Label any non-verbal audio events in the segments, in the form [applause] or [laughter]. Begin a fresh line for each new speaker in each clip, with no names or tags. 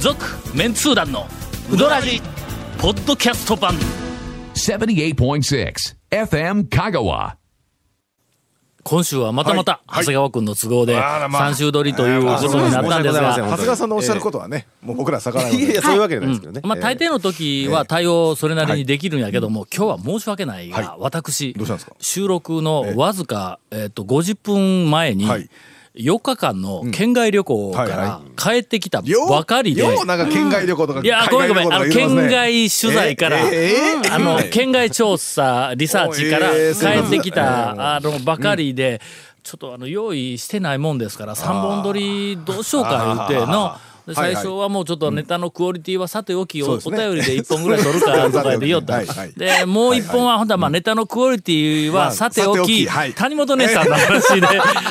続メンツー団のウドラジポッドキャスト版
78.6 FM Kagawa.
今週はまたまた、
は
長
いはい
谷川君の都合で
あらまあ
3週撮りということになったんです
まあ
が
そう
長谷川さんのおっしゃることはね、もう僕らは逆らうの
いやい
で
や、そういうわけじゃないですけどね。
まあ、大抵の時は対応それなりにできるんやけども、今日は申し訳ないが、私
うしたんですか
収録のわずか、えっと50分前に、
はい
4日間の県外旅行か
はい
ら
は
帰ってきた
よう
ばかりで、
ようなんか県外旅行とか
いや、ごめんごめん、あの、県
行
外取材から、あの、県外調査、リサーチから
おえーそうな
帰
んだ
ってきた、あの、ばかりで、ちょっとあの、用意してないもんですから、3本撮りどうしようか言うての、で
はいは
最
い
初はもうちょっとネタのクオリティはさておき、お
そ
お
うです
便
ね
りで1本ぐらい撮るかとか言って言おった
はいはい。
で、もう1本は、ほんとはまあネタのクオリティ
ま
は
あ
さておき、
さておきはい
谷本姉さんの話
[laughs]
で、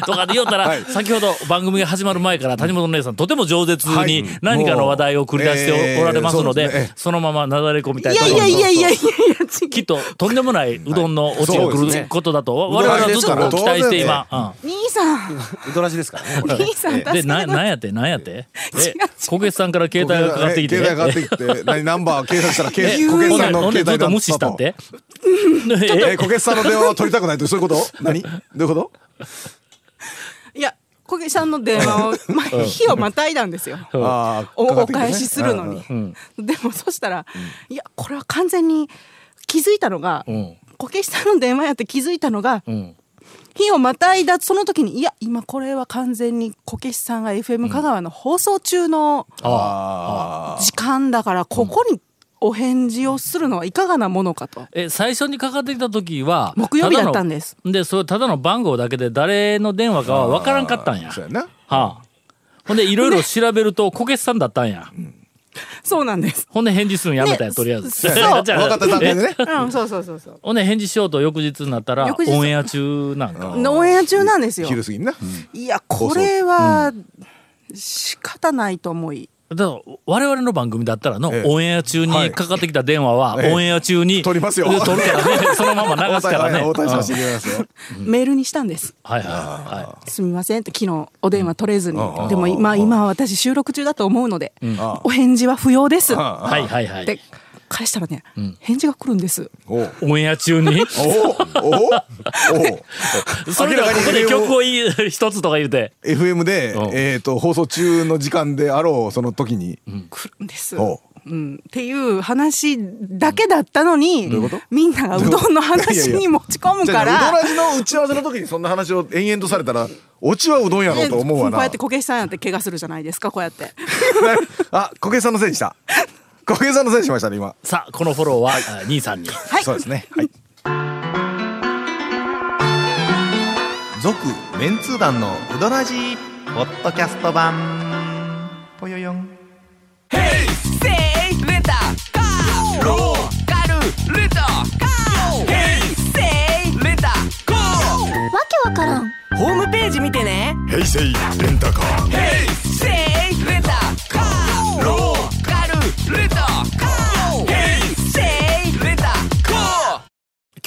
とかで言おった
は
ら、
い
先ほど番組が始まる前から谷本姉さんとても饒舌に何かの話題を繰り出しておられますの
えーそうです
で
ね、
そのままなだれ込みたい
い
と
や
思い
い
ま
や
す
い。やいやいやいや、
きっととんでもないうどんのオチが
そう
来
です
る
ね
ことだと、我
うど
々
ら
は
じ
ず
で
っ
すから
と期待して今。
兄さん、
ウドラジですからね。
兄さ
う
ん、
んで、
確か
な、
に。
なんやって、なんやってえ、小月さんから携帯がかかってきて。
携帯がかかってきて、何ナンバー計算したら、
え
け小
ほ
決
んで
さんの
ほん
携
で
帯
ずっと無視したって。え
え、小決さんの電話を取りたくないと、そうい
[laughs]
うこと何どういうこと
いや、小木さんの電話
[laughs]
を、まあ、日をまたいだんですよ。
あ
おお返しするのに。。でも、そしたら、いや、これは完全に気づいたのが、
うん
こけしさんの電話やって気づいたのが、
うん
日をまたいだその時にいや今これは完全にこけしさんが FM 香川の放送中の
あ
時間だからここにお返事をするのはいかがなものかと
え、最初にかかってきた時は、
木曜日だったん
で。
です
で、それただの番号だけで誰の電話かはわからんかったんや。
そうやな。
はあ。ほんで、いろいろ調べると、こけしさんだったんや。
そうなんです
ほんで、返事するのやめたんや、
ね
とりあえず。
そ
[laughs]
う
じゃあ
分かった段階でね。
うんそうそうそうそう
ほんで、返事しようと翌日になったら、
翌日
オンエア中なんか。
オンエア中なんですよ
昼過ぎにな。
いやこれは仕方ないと思い
だから我々の番組だったらの、
ええ
オンエア中
は
に
い
かかってきた電話は、
ええ
オンエア中に
取りますよ
で取るからね [laughs] そのまま流
お
すから
互い
ね
お
うん
互い
は
さ
い
せていただきますよ。
メールにしたんです
はいは
すみませんって昨日お電話取れずに
うんうん
でもまあ今は私収録中だと思うので
あ
お返事は不要です
あ
いはいはいはい
で返したらね、返事が来るんです
おう
オンエア中に
[laughs] おうおうお
[laughs]
う
それではここで曲を言う一つとか言うて
FM で
うん、
えー、と放送中の時間であろうその時に、
来るんです、
おう
うん、っていう話だけだったのに、
どういうこと
みんながうどんの話に持ち込む
じ
か
ゃあ
ら
うどらじの打ち合わせの時にそんな話を延々とされたらオチはうどんやろうと思う
[laughs] こ
わ
うや
な
ってこけしさんやって怪我するじゃないですかこうやって
[laughs] あ小池さんのせいにした小池さんのせいにしましたね今
さあこのフォローはあ兄さんに
はい
そうですねはい
続メンツー団のウドラジポッドキャスト版ぽよよん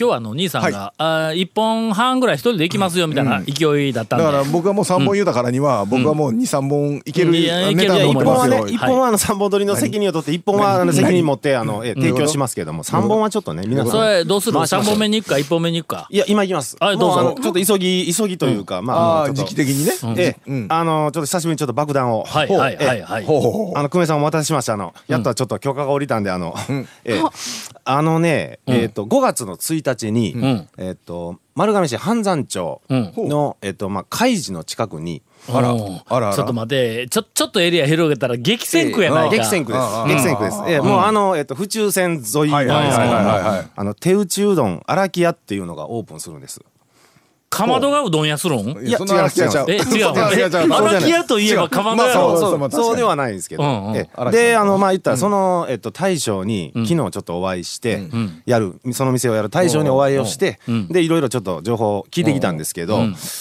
今日はあの兄さんが、あ1本半ぐらい一人で行きますよみたいな勢いだったん
だ
で、
から僕はもう3本言うたからには、僕はもう23本いける
いやいける
ネタ
いや
持
い
って
一
ける
本
ま
は
す
ね
よ、
一本はあの三本取りの責任を取って、一本はあの責任持って、あの、え提供しますけれども、三本はちょっとね、皆さん。
それどうする
回しましょ
3
う
本目に行くか1本目に行くか
いや、今行きます。
はいどうぞ
もあのちょっと急ぎ、急ぎというか、まあ
あ
あ
あ
の、ちょ
時
っと
期的にね、
え
う
え
ん、
あの、ちょっと久しぶりにちょっと爆弾を。
はいはいはいはい
ほうほうほう
あの久米さんお待たせしましたあのやっとちょっと許可が下りたんであの、ええあのね、えっと5月の1日に、
ん
えっと丸亀市半山町の、えっとまあ海事の近くに
あら
あらあら
ちょっと待ってちょちょっとエリア広げたら激戦区やないか、
激戦区です
ああ
激戦区です、ええもうあの、えっと府中線沿いなんですけども、
はいはいはいはいはい
あの手打ちうどん荒木屋っていうのがオープンするんです
かまどがうどん屋するん
いや
そんな話
違
[laughs]
う
違う
え違う
そんな話違う
え荒木屋といえば
違う
鎌倉
まあ
そ
そうう
そ
そうう
そ
ま
う
あ確かに
ではないんですけど、
うんうん
ええ
荒木さん
であのまあ言ったらその、えっと、大将に昨日ちょっとお会いして、やるその店をやる大将にお会いをして、でいろいろちょっと情報を聞いてきたんですけど、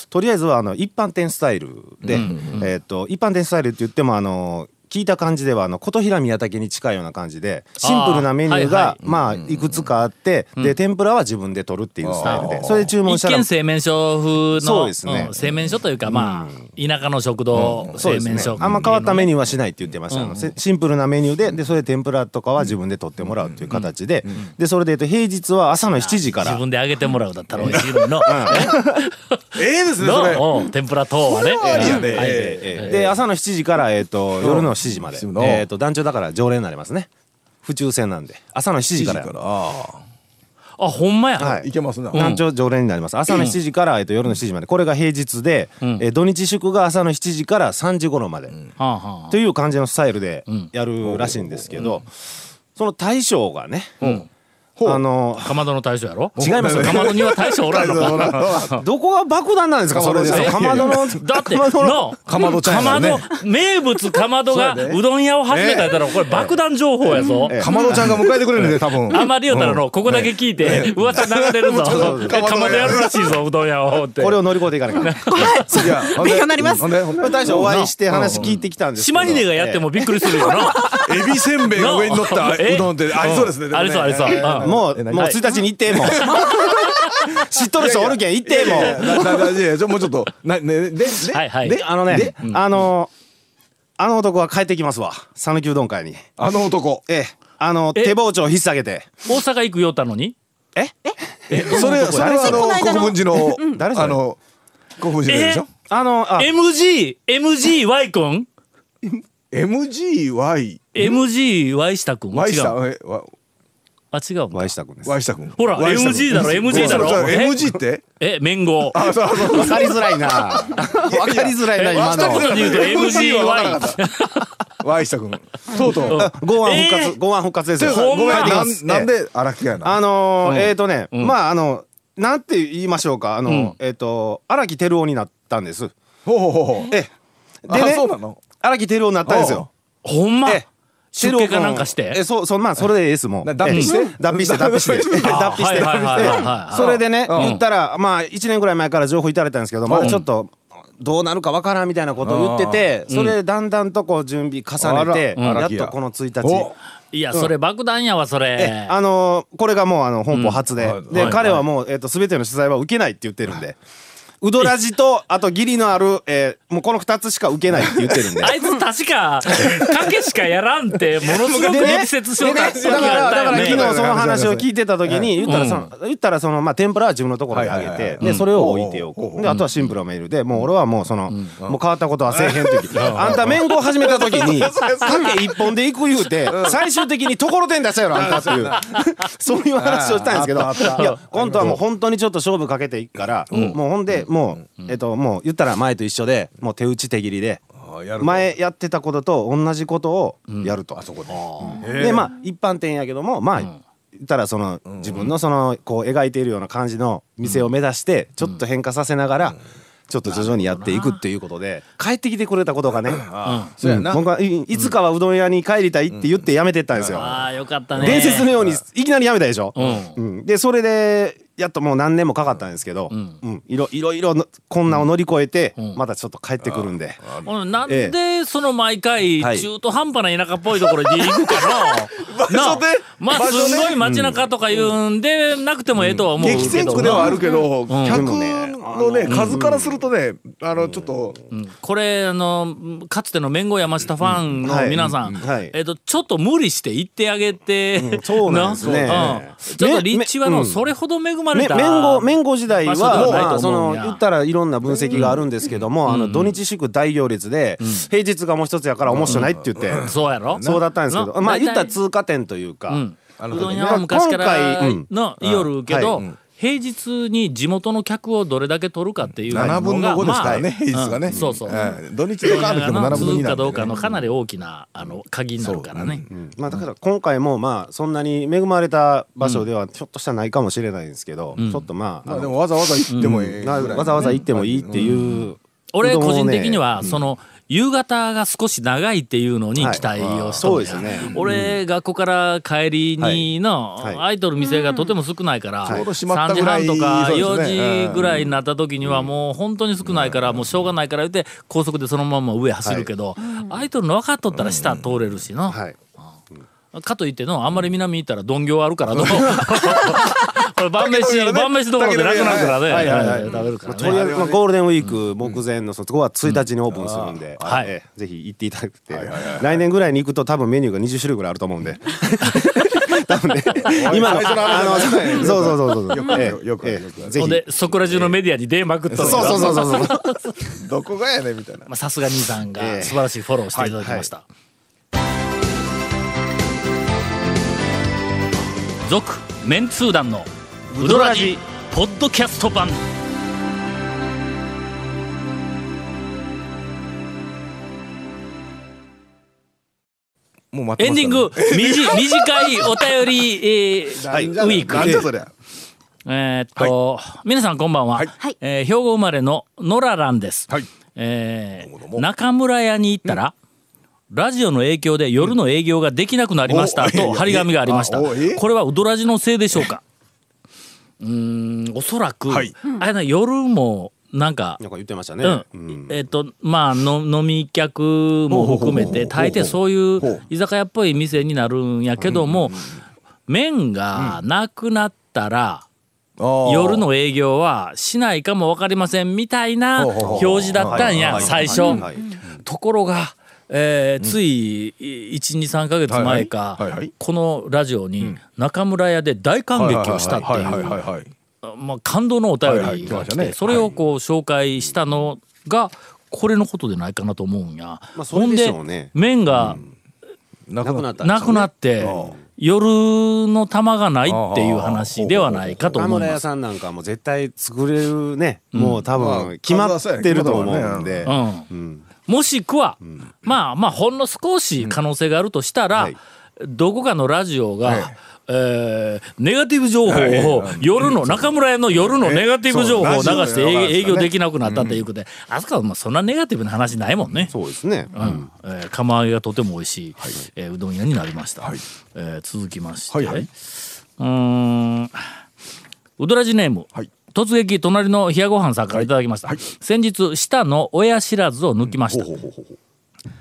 とりあえずはあの一般店スタイルで、えっと一般店スタイルって言ってもあの聞いた感じではあの琴平宮武に近いような感じでシンプルなメニューが
あ
まあいくつかあって、で天ぷらは自分で取るっていうスタイルでそれで注文し
一
たら
見製麺所風の
そうですね
ん製麺所というかまあ田舎の食堂
そ
製
うです
麺
ね
所、
あんま変わったメニューはしないって言ってました、あのせシンプルなメニューででそれで天ぷらとかは自分で取ってもらうっていう形で,、でそれで、えっと、平日は朝の7時から
自分で揚げてもらうだったら美味しいのにの、 [laughs]
ええですね、それ。
のうん天ぷら等はね
ありやね。え
ええええで朝の7時から、えっと夜の7時まで、
うん
えっと団長だから常連になりますね府中線なんで朝の7
え
時から
7時あ
あほんまや、
は
あいけますな。
団長常連になります朝の7時から、えっと夜の7時までこれが平日で、えー土日祝が朝の7時から3時頃まで、
はあはあ
という感じのスタイルでやるらしいんですけど、その大将がね、あの
かまどの大将やろ
違いますよ
かまどには大将おらんの
[laughs]
か
どこが爆弾なんですかそれで
かまどじ
かまどの
だって、
かまどの
の、
かまどちゃんやもんね
かまど名物かまどがうどん屋を始めたやったら、これ爆弾情報やぞ。
かまどちゃんが迎えてくれるんで、多分。
あんまり言うたらの、ここだけ聞いて、噂流
[laughs]
れるぞ。かまどやるらしいぞ、うどん屋をって。
これを乗り越えていかなきゃいけない
いや、
勉強になります
ほんでほんで
大将お会いして話聞いてきたんですけど
島にでがやってもびっくりするよな。
エビせんべいが上に乗った
え
うどんってありそうですね。でも
あ
ね
りそう、ありそう。うん
もう、もう1日に行って、もう。知っとる人おるけん、行って、もう。
ななないやいやちょもうちょっとなねでで
はいはい。
で、あのね、あの、あの男は帰ってきますわ。讃岐うどん会に。
あの男
ええ。あの、
え
手包丁引っ提げて。
大阪行くよったのに。
え
それそれは
こ
あの
の間の
国分寺の
誰それ
あの国分寺のでしょ
あの、あ、
MG、MGY 君
MGY
?MGY 下君違
Y 下
う。
えわ
あ、違う。
Y したくんです。わ
Y 下君
ほら
Y 下
MG だろ MG だろ
そうそう
え
MG って
え、麺号。
あそうそう
かりづらいな。わかりづらいな、今
一
の。
言で言うと MGY。
Y 下君とうとう
ご案復活、ご案復活ですよ。
ほんま
帰ってき
な
ます
んなんで荒木やな
あのー、えっとね、まあ、あの、なんて言いましょうか、あの、えっと、荒木照夫になったんです。
ほうほうほうほう
ええ。
あそうなの
荒木照夫になったんですよ。
ほんま
ええ
出家かなんかし
テロ
て
君え、そう、そう、まあ、それでええですもん。
な脱皮して
ええ脱皮して、脱皮して。脱皮して、
あ
脱皮して。
はいはいはいはい
それでね、言ったら、まあ、1年ぐらい前から情報いただいたんですけど、まあ、ちょっと、どうなるかわからんみたいなことを言ってて、それでだんだんとこう準備重ねて、
あらうん
やっとこの1日
お。
いや、それ爆弾やわ、そ
え
れ。
あのーこれがもうあの本邦初で、
うん
で、
はい
彼はもう、えっと全ての取材は受けないって言ってるんで、うどらじとあと義理のある、えーもうこの2つしか受けないって言ってるんで
あいつ確
[laughs]
か、賭けしかやらんって、ものすごく力説しよう
で
か
ね
った
だか
が
ら
あった
だ
よ
から
ね
昨日その話を聞いてた時に言ったらその言ったらそのまあ天ぷらは自分のところにあげ
はいはい
て
は
でそれを置いてお
ほうほうほ
く
う
であとはシンプルなメールでもう俺はもうそのもう変わったことはせえへん時あんた麺を始めた時に鮭一本で行く言うて最終的にところてん出したやろあんたっていうそういう話をしたんですけど
あったあった
いや今度はもう本当にちょっと勝負かけていくからもうほんでもうえっともう言ったら前と一緒でもう手打ち手切りで
あやると
前やってたことと同じことをやると。
あそこで
でまあ一般店やけどもまあ、言ったらその自分のそのこう描いているような感じの店を目指してちょっと変化させながらちょっと徐々にやっていくっていうことで帰ってきてくれたことがね
そうやな
僕はいいつかはうどん屋に帰りたいって言って辞めてったんですよ
ああ、よかったね。
伝説のようにいきなり辞めたでしょ
うん
うんでそれでやっともう何年もかかったんですけどうんいろいろいろの困難を乗り越えてまたちょっと帰ってくるんで
うんなんで、その毎回、
はい
中途半端な田舎っぽいところに行く
[laughs]
かのなあ
場所で
まあ、
場所です
んごい街中とか言うんで、なくてもええとは思うけどな。
激戦区ではあるけど客
でもね
のね数からするとねあのちょっと
これあのかつての麺後山下ファン
うんは
の
い
皆さん、
うんはい
えっとちょっと無理して行ってあげて、
そうなんですね
なうんちょっと立地はの
め
それほど恵まれ
め
た
麺号麺号時代は
場所ではない
まあ
と
そ
思う
の
んや
言ったらいろんな分析があるんですけども、あの土日祝大行列で、平日がもう一つやから面白ないって言って、
そうやろ
そうだったんですけど、
な
まあ言った
大
ら
体
通過点というか、
うん
あの
うどん屋は昔か
今
ら
回うん
の夜けど、
は
平日に地元の客をどれだけ取るかっていうのが
7分の5ですから
ま
ね
あ
平日が
う
ね
んそうそう、
ん土日
うど
と
ん
かあるけ
屋
ども
が
7分の
続
2
く
な
か
んで
どうか
ね
のかなり大きなあの鍵になるからね。
うんまあだから今回もまあそんなに恵まれた場所ではひょっとしたらないかもしれないんですけど、ちょっとまあ,あ
まあ
の、
でもわざわざ行ってもええぐらいのね
わざわざ行ってもいいっていう、
俺個人的に
は
はその夕方が少し長いっていうのに期待をしとるんや
はいあーそうですね
俺、学校から帰りにの、
はいはい
アイドル店がとても少ないから、
ちょうど閉まった
3時
ぐらい
半とか
そうですね
4時ぐらいになった時にはもう本当に少ないから、もうしょうがないから言って高速でそのまま上走るけど、アイドルの分かっとったら下通れるしの。
はい
かといってのあんまり南行ったらどんぎょうあるからの [laughs] これ晩飯、晩飯どころでなくなるからね、
はいはいはい
はい食べるか
まあ
ら
とりあえ
ね
ず、まあ、ゴールデンウィーク目前のそこは1日にオープンするんで、
はい
ええぜひ行っていただくて、来年ぐらいに行くと多分メニューが20種類ぐらいあると思う
[laughs]
んで多分ね今の
最初の話
あのそうそうそうそうそう
よくある
え
よ
え
よくある
ええ
よくある
ぜ
ほ
ひ
んでそこら中のメディアに出まくった
そうそうそうそうそう
どこがやねんみたいな
まあさすが兄さん
え
が
え
素晴らしいフォローしていただきました。続、メンツー団のウドラジポッドキャスト版。
もう待っ
エ
て
ン
ま
ディン
すから
[laughs]
グ、みじ短いお便り、えー
なんじゃ
ウィーク。
なんじゃそりゃ
えーっと、皆さんこんばんは、
はい
えー兵庫生まれの野良蘭です、
はい
えー
どうもどうも
中村屋に行ったら、ラジオの影響で夜の営業ができなくなりました、
お
と張り紙がありました
いやいやいやあおえ
これはウドラジのせいでしょうかうーんおそらく、
はい
あれな夜もなんか
なんか言ってましたね、
うんえっ、とまあの飲み客も含めて
ほうほうほうほう
大抵そう
ほ
いう
う
居酒屋っぽい店になるんやけども、麺がなくなったら、
あー
夜の営業はしないかも分かりませんみたいな
ほうほうほう
表示だったんや
はい
最
は
初
いはい
ところが、えーつい123か月前か
はいはいはいはい
このラジオに中村屋で大感激をしたって
はいいはいはいうはい
まあ感動のお便
はいはい
り
来ま
が
し
来
たね
てそれをこう紹介したのがこれのことでないかなと思うんや。
まあそ
ほ
れ
ん
でし
で
ょうね
麺が
な
なくなったんで
な
す
く
よね
なって夜の玉がないっていう話ではないかと
田
思い
村
ます
屋。さんなんかも絶対作れるね、もう多
まあ
分決まってると思
数は
う
そ
ん
う
で、
うんもしくは、まあまあほんの少し可能性があるとしたら、
はい
どこかのラジオが、
はい
えーネガティブ情報を夜の中村屋の夜のネガティブ情報を流
そう
して
ラジオの
営営業
ね
できなくなったっていうことで、あそこはまあそんなネガティブな話ないもんね。
そうですね、
うんえー釜揚げがとても美味しい、えーうどん屋になりました、えー続きまして、
はいはいう
ーんうどらじネーム、
はい
突撃隣の冷やご飯さんからいただきました、先日舌の親知らずを抜きました、
ほうほうほうほう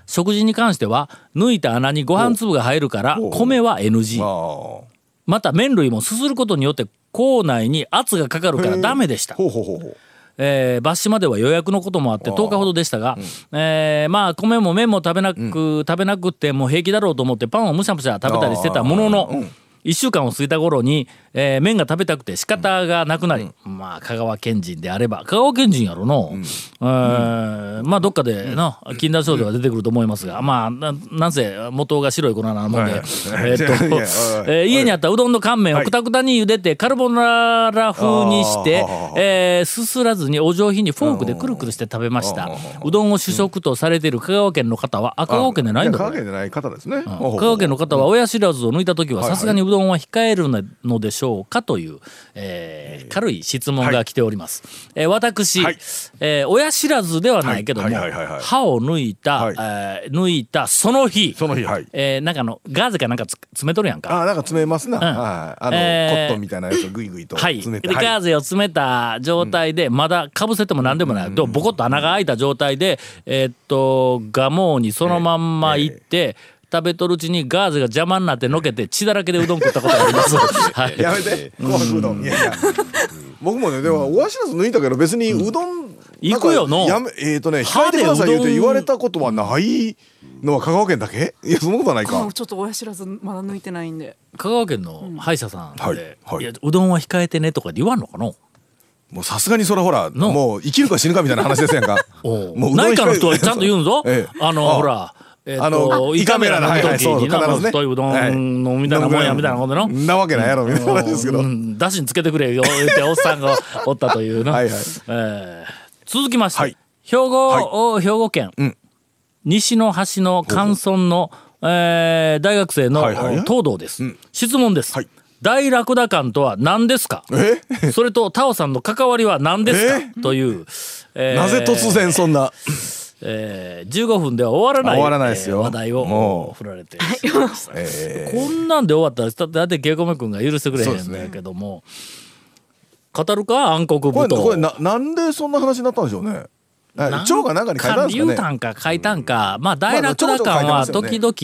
食事に関しては抜いた穴にご飯粒が入るから米は NG
ああ
また麺類もすすることによって口内に圧がかかるからダメでした
ほうほうほうほう
えー、バッシュまでは予約のこともあって10日ほどでしたが、えーまあ米も麺も食べなく、食べなくても平気だろうと思ってパンをむしゃむしゃ食べたりしてたものの、1週間を過ぎた頃に、えー麺が食べたくて仕方がなくなり、まあ香川県人であれば香川県人やろの、えーまあどっかでの禁断症状が出てくると思いますが、まあななんせ元が白い粉なもんで、
はい
えーっと
いやいや
えー家にあったうどんの乾麺をくたくたに茹でてカルボナーラ風にして
あーはあはあ、
えーすすらずにお上品にフォークでくるくるして食べましたうどんを主食とされている香川県の方はあ香川県でないんだ
や
こ
香川
れ
県じゃない方ですね香
香川県の方は親知らずを抜いた時は
はいは
さ
い
すがにうどんは控えるのでしょうかという、えー軽い質問が来ております、えー私、
はい
えー親知らずではないけども
はいはいはいはいはい
歯を抜いた、
はい
えー抜いたその日
その日はい
えーなんかあのガーゼかなんかつ詰めとるやんか
ああなんか詰めますな、
ん
はいあの、
えー
コットンみたいなやつをグイグイと
は
詰
い、
め
で
て、
ガーゼを詰めた状態で、まだかぶせても何でもない、でもボコッと穴が開いた状態で、えーっとガモにそのまんま行って、食べとるうちにガーゼが邪魔になってのけて血だらけでうどん食ったことがあり
[laughs]
ます。はい
やめて紅白うどんいやいや僕もねでもおわしらず抜いたけど別にうどんな
行
んか
くよの
やめえっ、とね控
歯
え
で
てください言うて
うどん
言われたことはないのは香川県だけいやそんなことはないか
あ [laughs] ちょっと親知らずまだ抜いてないんで
香川県の歯医者さんで、
はいはい
やうどんは控えてねとかって言わんのかな
もうさすがにそれほら
の
もう生きるか死ぬかみたいな話ですやんか
おう
もううどん控え。
内科の人はちゃんと言うんぞ
[laughs] ええ
あの、ほら。えっと
あの
胃カメラの
はいはい
時にな、
そう必ずね
太いうど
はい
んのみたいなもんやみたいなことの。
なわけないやろみたいな話ですけど
うん、だしにつけてくれよ言っておっさんがおったというな
はいはい
えー続きまして、
はい
兵庫、兵庫県、
ん
西の端の関村の、えー大学生の、
はいはい
東堂です、質問です、
はい
大ラクダ館とは何ですか
え
それとタオさんの関わりは何ですかという、えー [laughs]
なぜ突然そんな
えー、15分では終わらない
終わらないですよ
えー話題を
もう
振られてしまいま
[laughs]
したこんなんで終わったらだってだってケイコメ君が許してくれへんんだけども、語るか暗黒
こ
舞
れこ
踏
れななんでそんな話になったんでしょうね
なん
蝶が中に書いたんですか
言
ね
うたんか書いたんか、まあ大落打感は時々、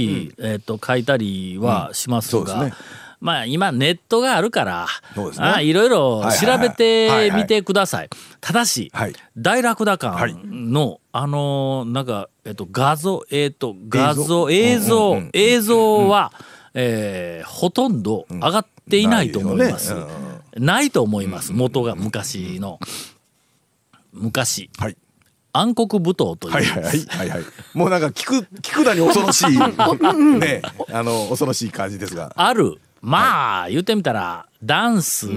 えっ、と書いたりはします
うん
が、
そうですね
まあ今ネットがあるから、
そうですね
あいろいろ調べ
はいはい
て
はい
みてください。ただし、
はい
大落打感の、あのーなんかえっ、と画像えっ、と画像映像、映像は、えーほとんど上がっていないと思います。
ないよね
ないと思います元が昔の昔
はい
暗黒舞踏という、
はいはいはいはいはいもうなんか聞く聞くだに恐ろし
[laughs]
いねあの恐ろしい感じですが
あるまあ、言ってみたらダンス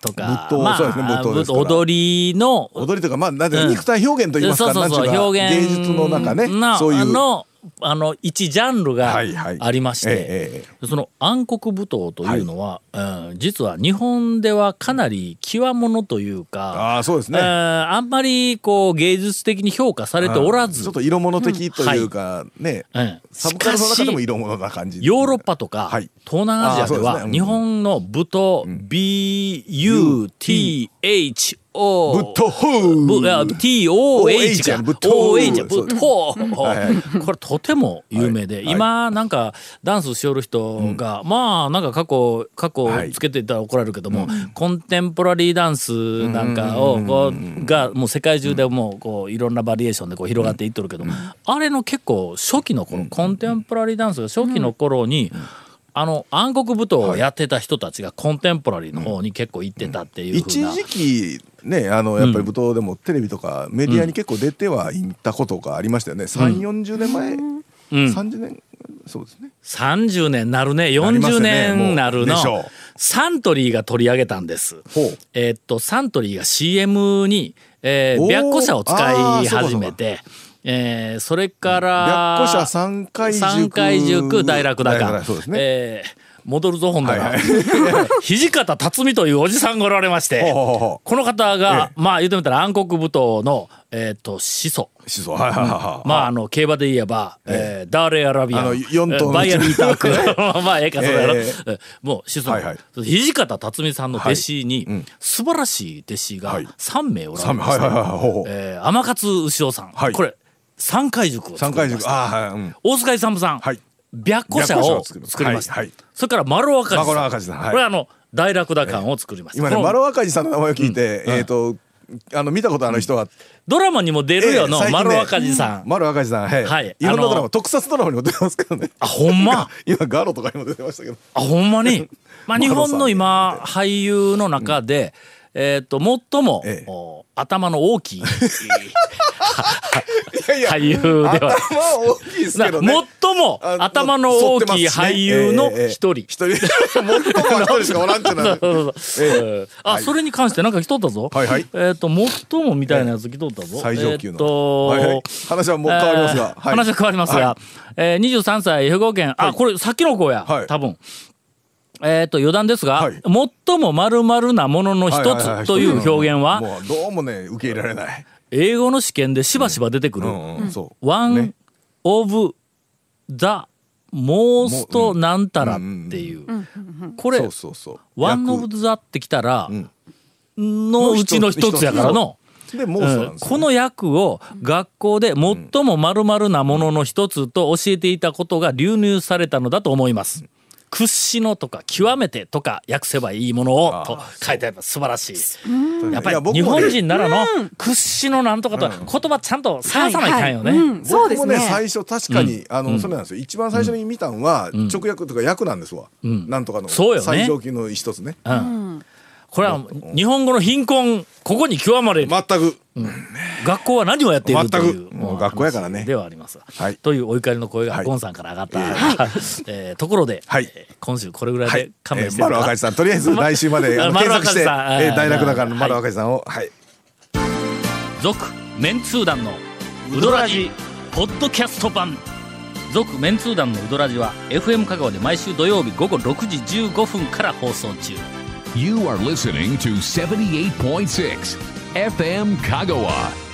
とか、
舞踏
まあ
そうですね舞踏ですから
舞踏踊りの
踊りとかまあなんて
うん
肉体表現と言いますか、
そうそう
なんて
そ
い
う
か
表現
芸術の中ね
な
そういう
のあの一ジャンルが
はいはい
ありまして、
えええ
その暗黒舞踏というのは、うん実は日本ではかなり際物というか
ああそうです
え
ね、
ーあんまりこう芸術的に評価されておらず、
ちょっと色物的というか、ね、
うん
サブカルの中で
しか
も
し
色物な感じ、
ヨーロッパとか、
はい
東南アジアで
あーそうです
は
ねうん
日本の舞踏、
ぶっ
BUTHO
とほう
ぶあ TOH か
OH や
OH
ぶっと
ぶっとこれとても有名で、
はい
今なんかダンスしよる人が、まあなんか過去過去つけていたら怒られるけども、コンテンポラリーダンスなんかをこうがもう世界中でもうこういろんなバリエーションでこう広がっていっとるけど、あれの結構初期の頃、コンテンポラリーダンスが初期の頃に、あの暗黒舞踏をやってた人たちがコンテンポラリーの方に結構行ってたっていう風な、
一時期ねあのやっぱり舞踏でもテレビとかメディアに結構出てはいったことがありましたよね、3 4 0年前、30年そうですね
30年なるね
ります
40
よね
年なるの
もうでしょう
サントリーが取り上げたんです
ほう
えーっとサントリーが CM に、えー
おー
白虎社を
あ
使い
ーそうかそうか
始めてえーそれから
白虎社三階塾
三階塾大落だ
大落
か
高そうですね
えー戻るぞ本田が、
はいはい
[laughs] 土方辰巳というおじさんがおられまして
ほうほうほうほ
この方が、まあ言ってみたら暗黒舞踏の、えーっと始祖
うしそうはいはいはいはい
まあ、あの競馬で言えば、えーダーレーアラビアン
あの四頭の
バイアリーター
[laughs]
ク [laughs] まあええかそれやろ、
え
えもう子孫、
はいはい
土方辰巳さんの弟子に、素晴らしい弟子が
はい
3名おられ
三
ま
は
し
いはいはい
た
はいほうほう
えー天勝牛尾さん、
はい
これ三階塾を
三
作
階
りまし
塾
た
ああはいうん
大塚勇さん、
はい
白虎社を
白虎社を
作りました、
はいはい
それから丸岡寺さん
丸岡寺さんはい
これあの大落打感を作りました、
今ね
この
丸若寺さんの名前を聞いて、えっ、とあの見たことある人が、
ドラマにも出るよの、
ええ最近ね
丸岡寺さん、
丸若寺さんはい、
はいい、
ろんな
あ
ドラマ
の
特撮ドラマにも出てますけどね
あほんま
[laughs] 今ガロとかにも出てましたけど
あほんま
[laughs]
に、まあ、
マ
日
ロさん
本の今俳優の中で、えー、と最も、
ええ
お頭の大きい
いやいや
俳優では
頭大きいですけどね
な最も
あの
頭の大きい俳優の一人。
反ってますしねええええ一人最も一人しかおらんっていう
[laughs]
のは
そう
ね
そうそうえーあ、それに関してなんか来とったぞ。
はいはい
えっ、と、最もみたいなやつ来とったぞ。
最上級の
えーと
はいはい話はもう変わりま
え
すが
ー
はい
話は変わりますが、
は
えー、23歳、兵庫県、あ、これ、先の子や、
はい
多分。えー、と余談ですが、
はい
最も丸々なものの一
はいはいはい
つという表現は
もうどうもね受け入れられない
英語の試験でしばしば出てくる
うんうんそうね
One of the most なんたらっていう。こ
そ
れ
う、そうそう
ワンオブ
役
ザってきたら、のうちの一つやからの。
でもうそうなん
うん
ですよ
この役を学校で最も丸々なものの一つと教えていたことが流入されたのだと思います。屈指のとか極めてとか訳せばいいものをと書いてあります素晴らしいやっぱ
い
り
僕もね
日本人ならの屈指のなんとかと言葉ちゃんと探さないかんよね、
はいはいうんそうです
僕も
ね
ね最初確かにあのそれなんですよ一番最初に見たんは直訳とか役なんですわなんとかの
そうよね
最上級の一つね
これは日本語の貧困ここに極まれる
全く
学校は何をやっているという
全くもう学校やからね
話ではあります、
はい
というお怒りの声
は
が
い
ゴンさんから上がった、えーところで、
はい
えー今週これぐらい
は
で
い。
勘弁して
えー丸若いさん、とりあえず来週まであの
ま
検索して、え
丸若いさん
ー大楽だから
は
の
い
丸若いさんを、はい。
続メンツー団のウドラジポッドキャスト版続メンツー団のウドラジは FM 香川で毎週土曜日午後6時15分から放送中
You are listening to 78.6 FM Kagawa.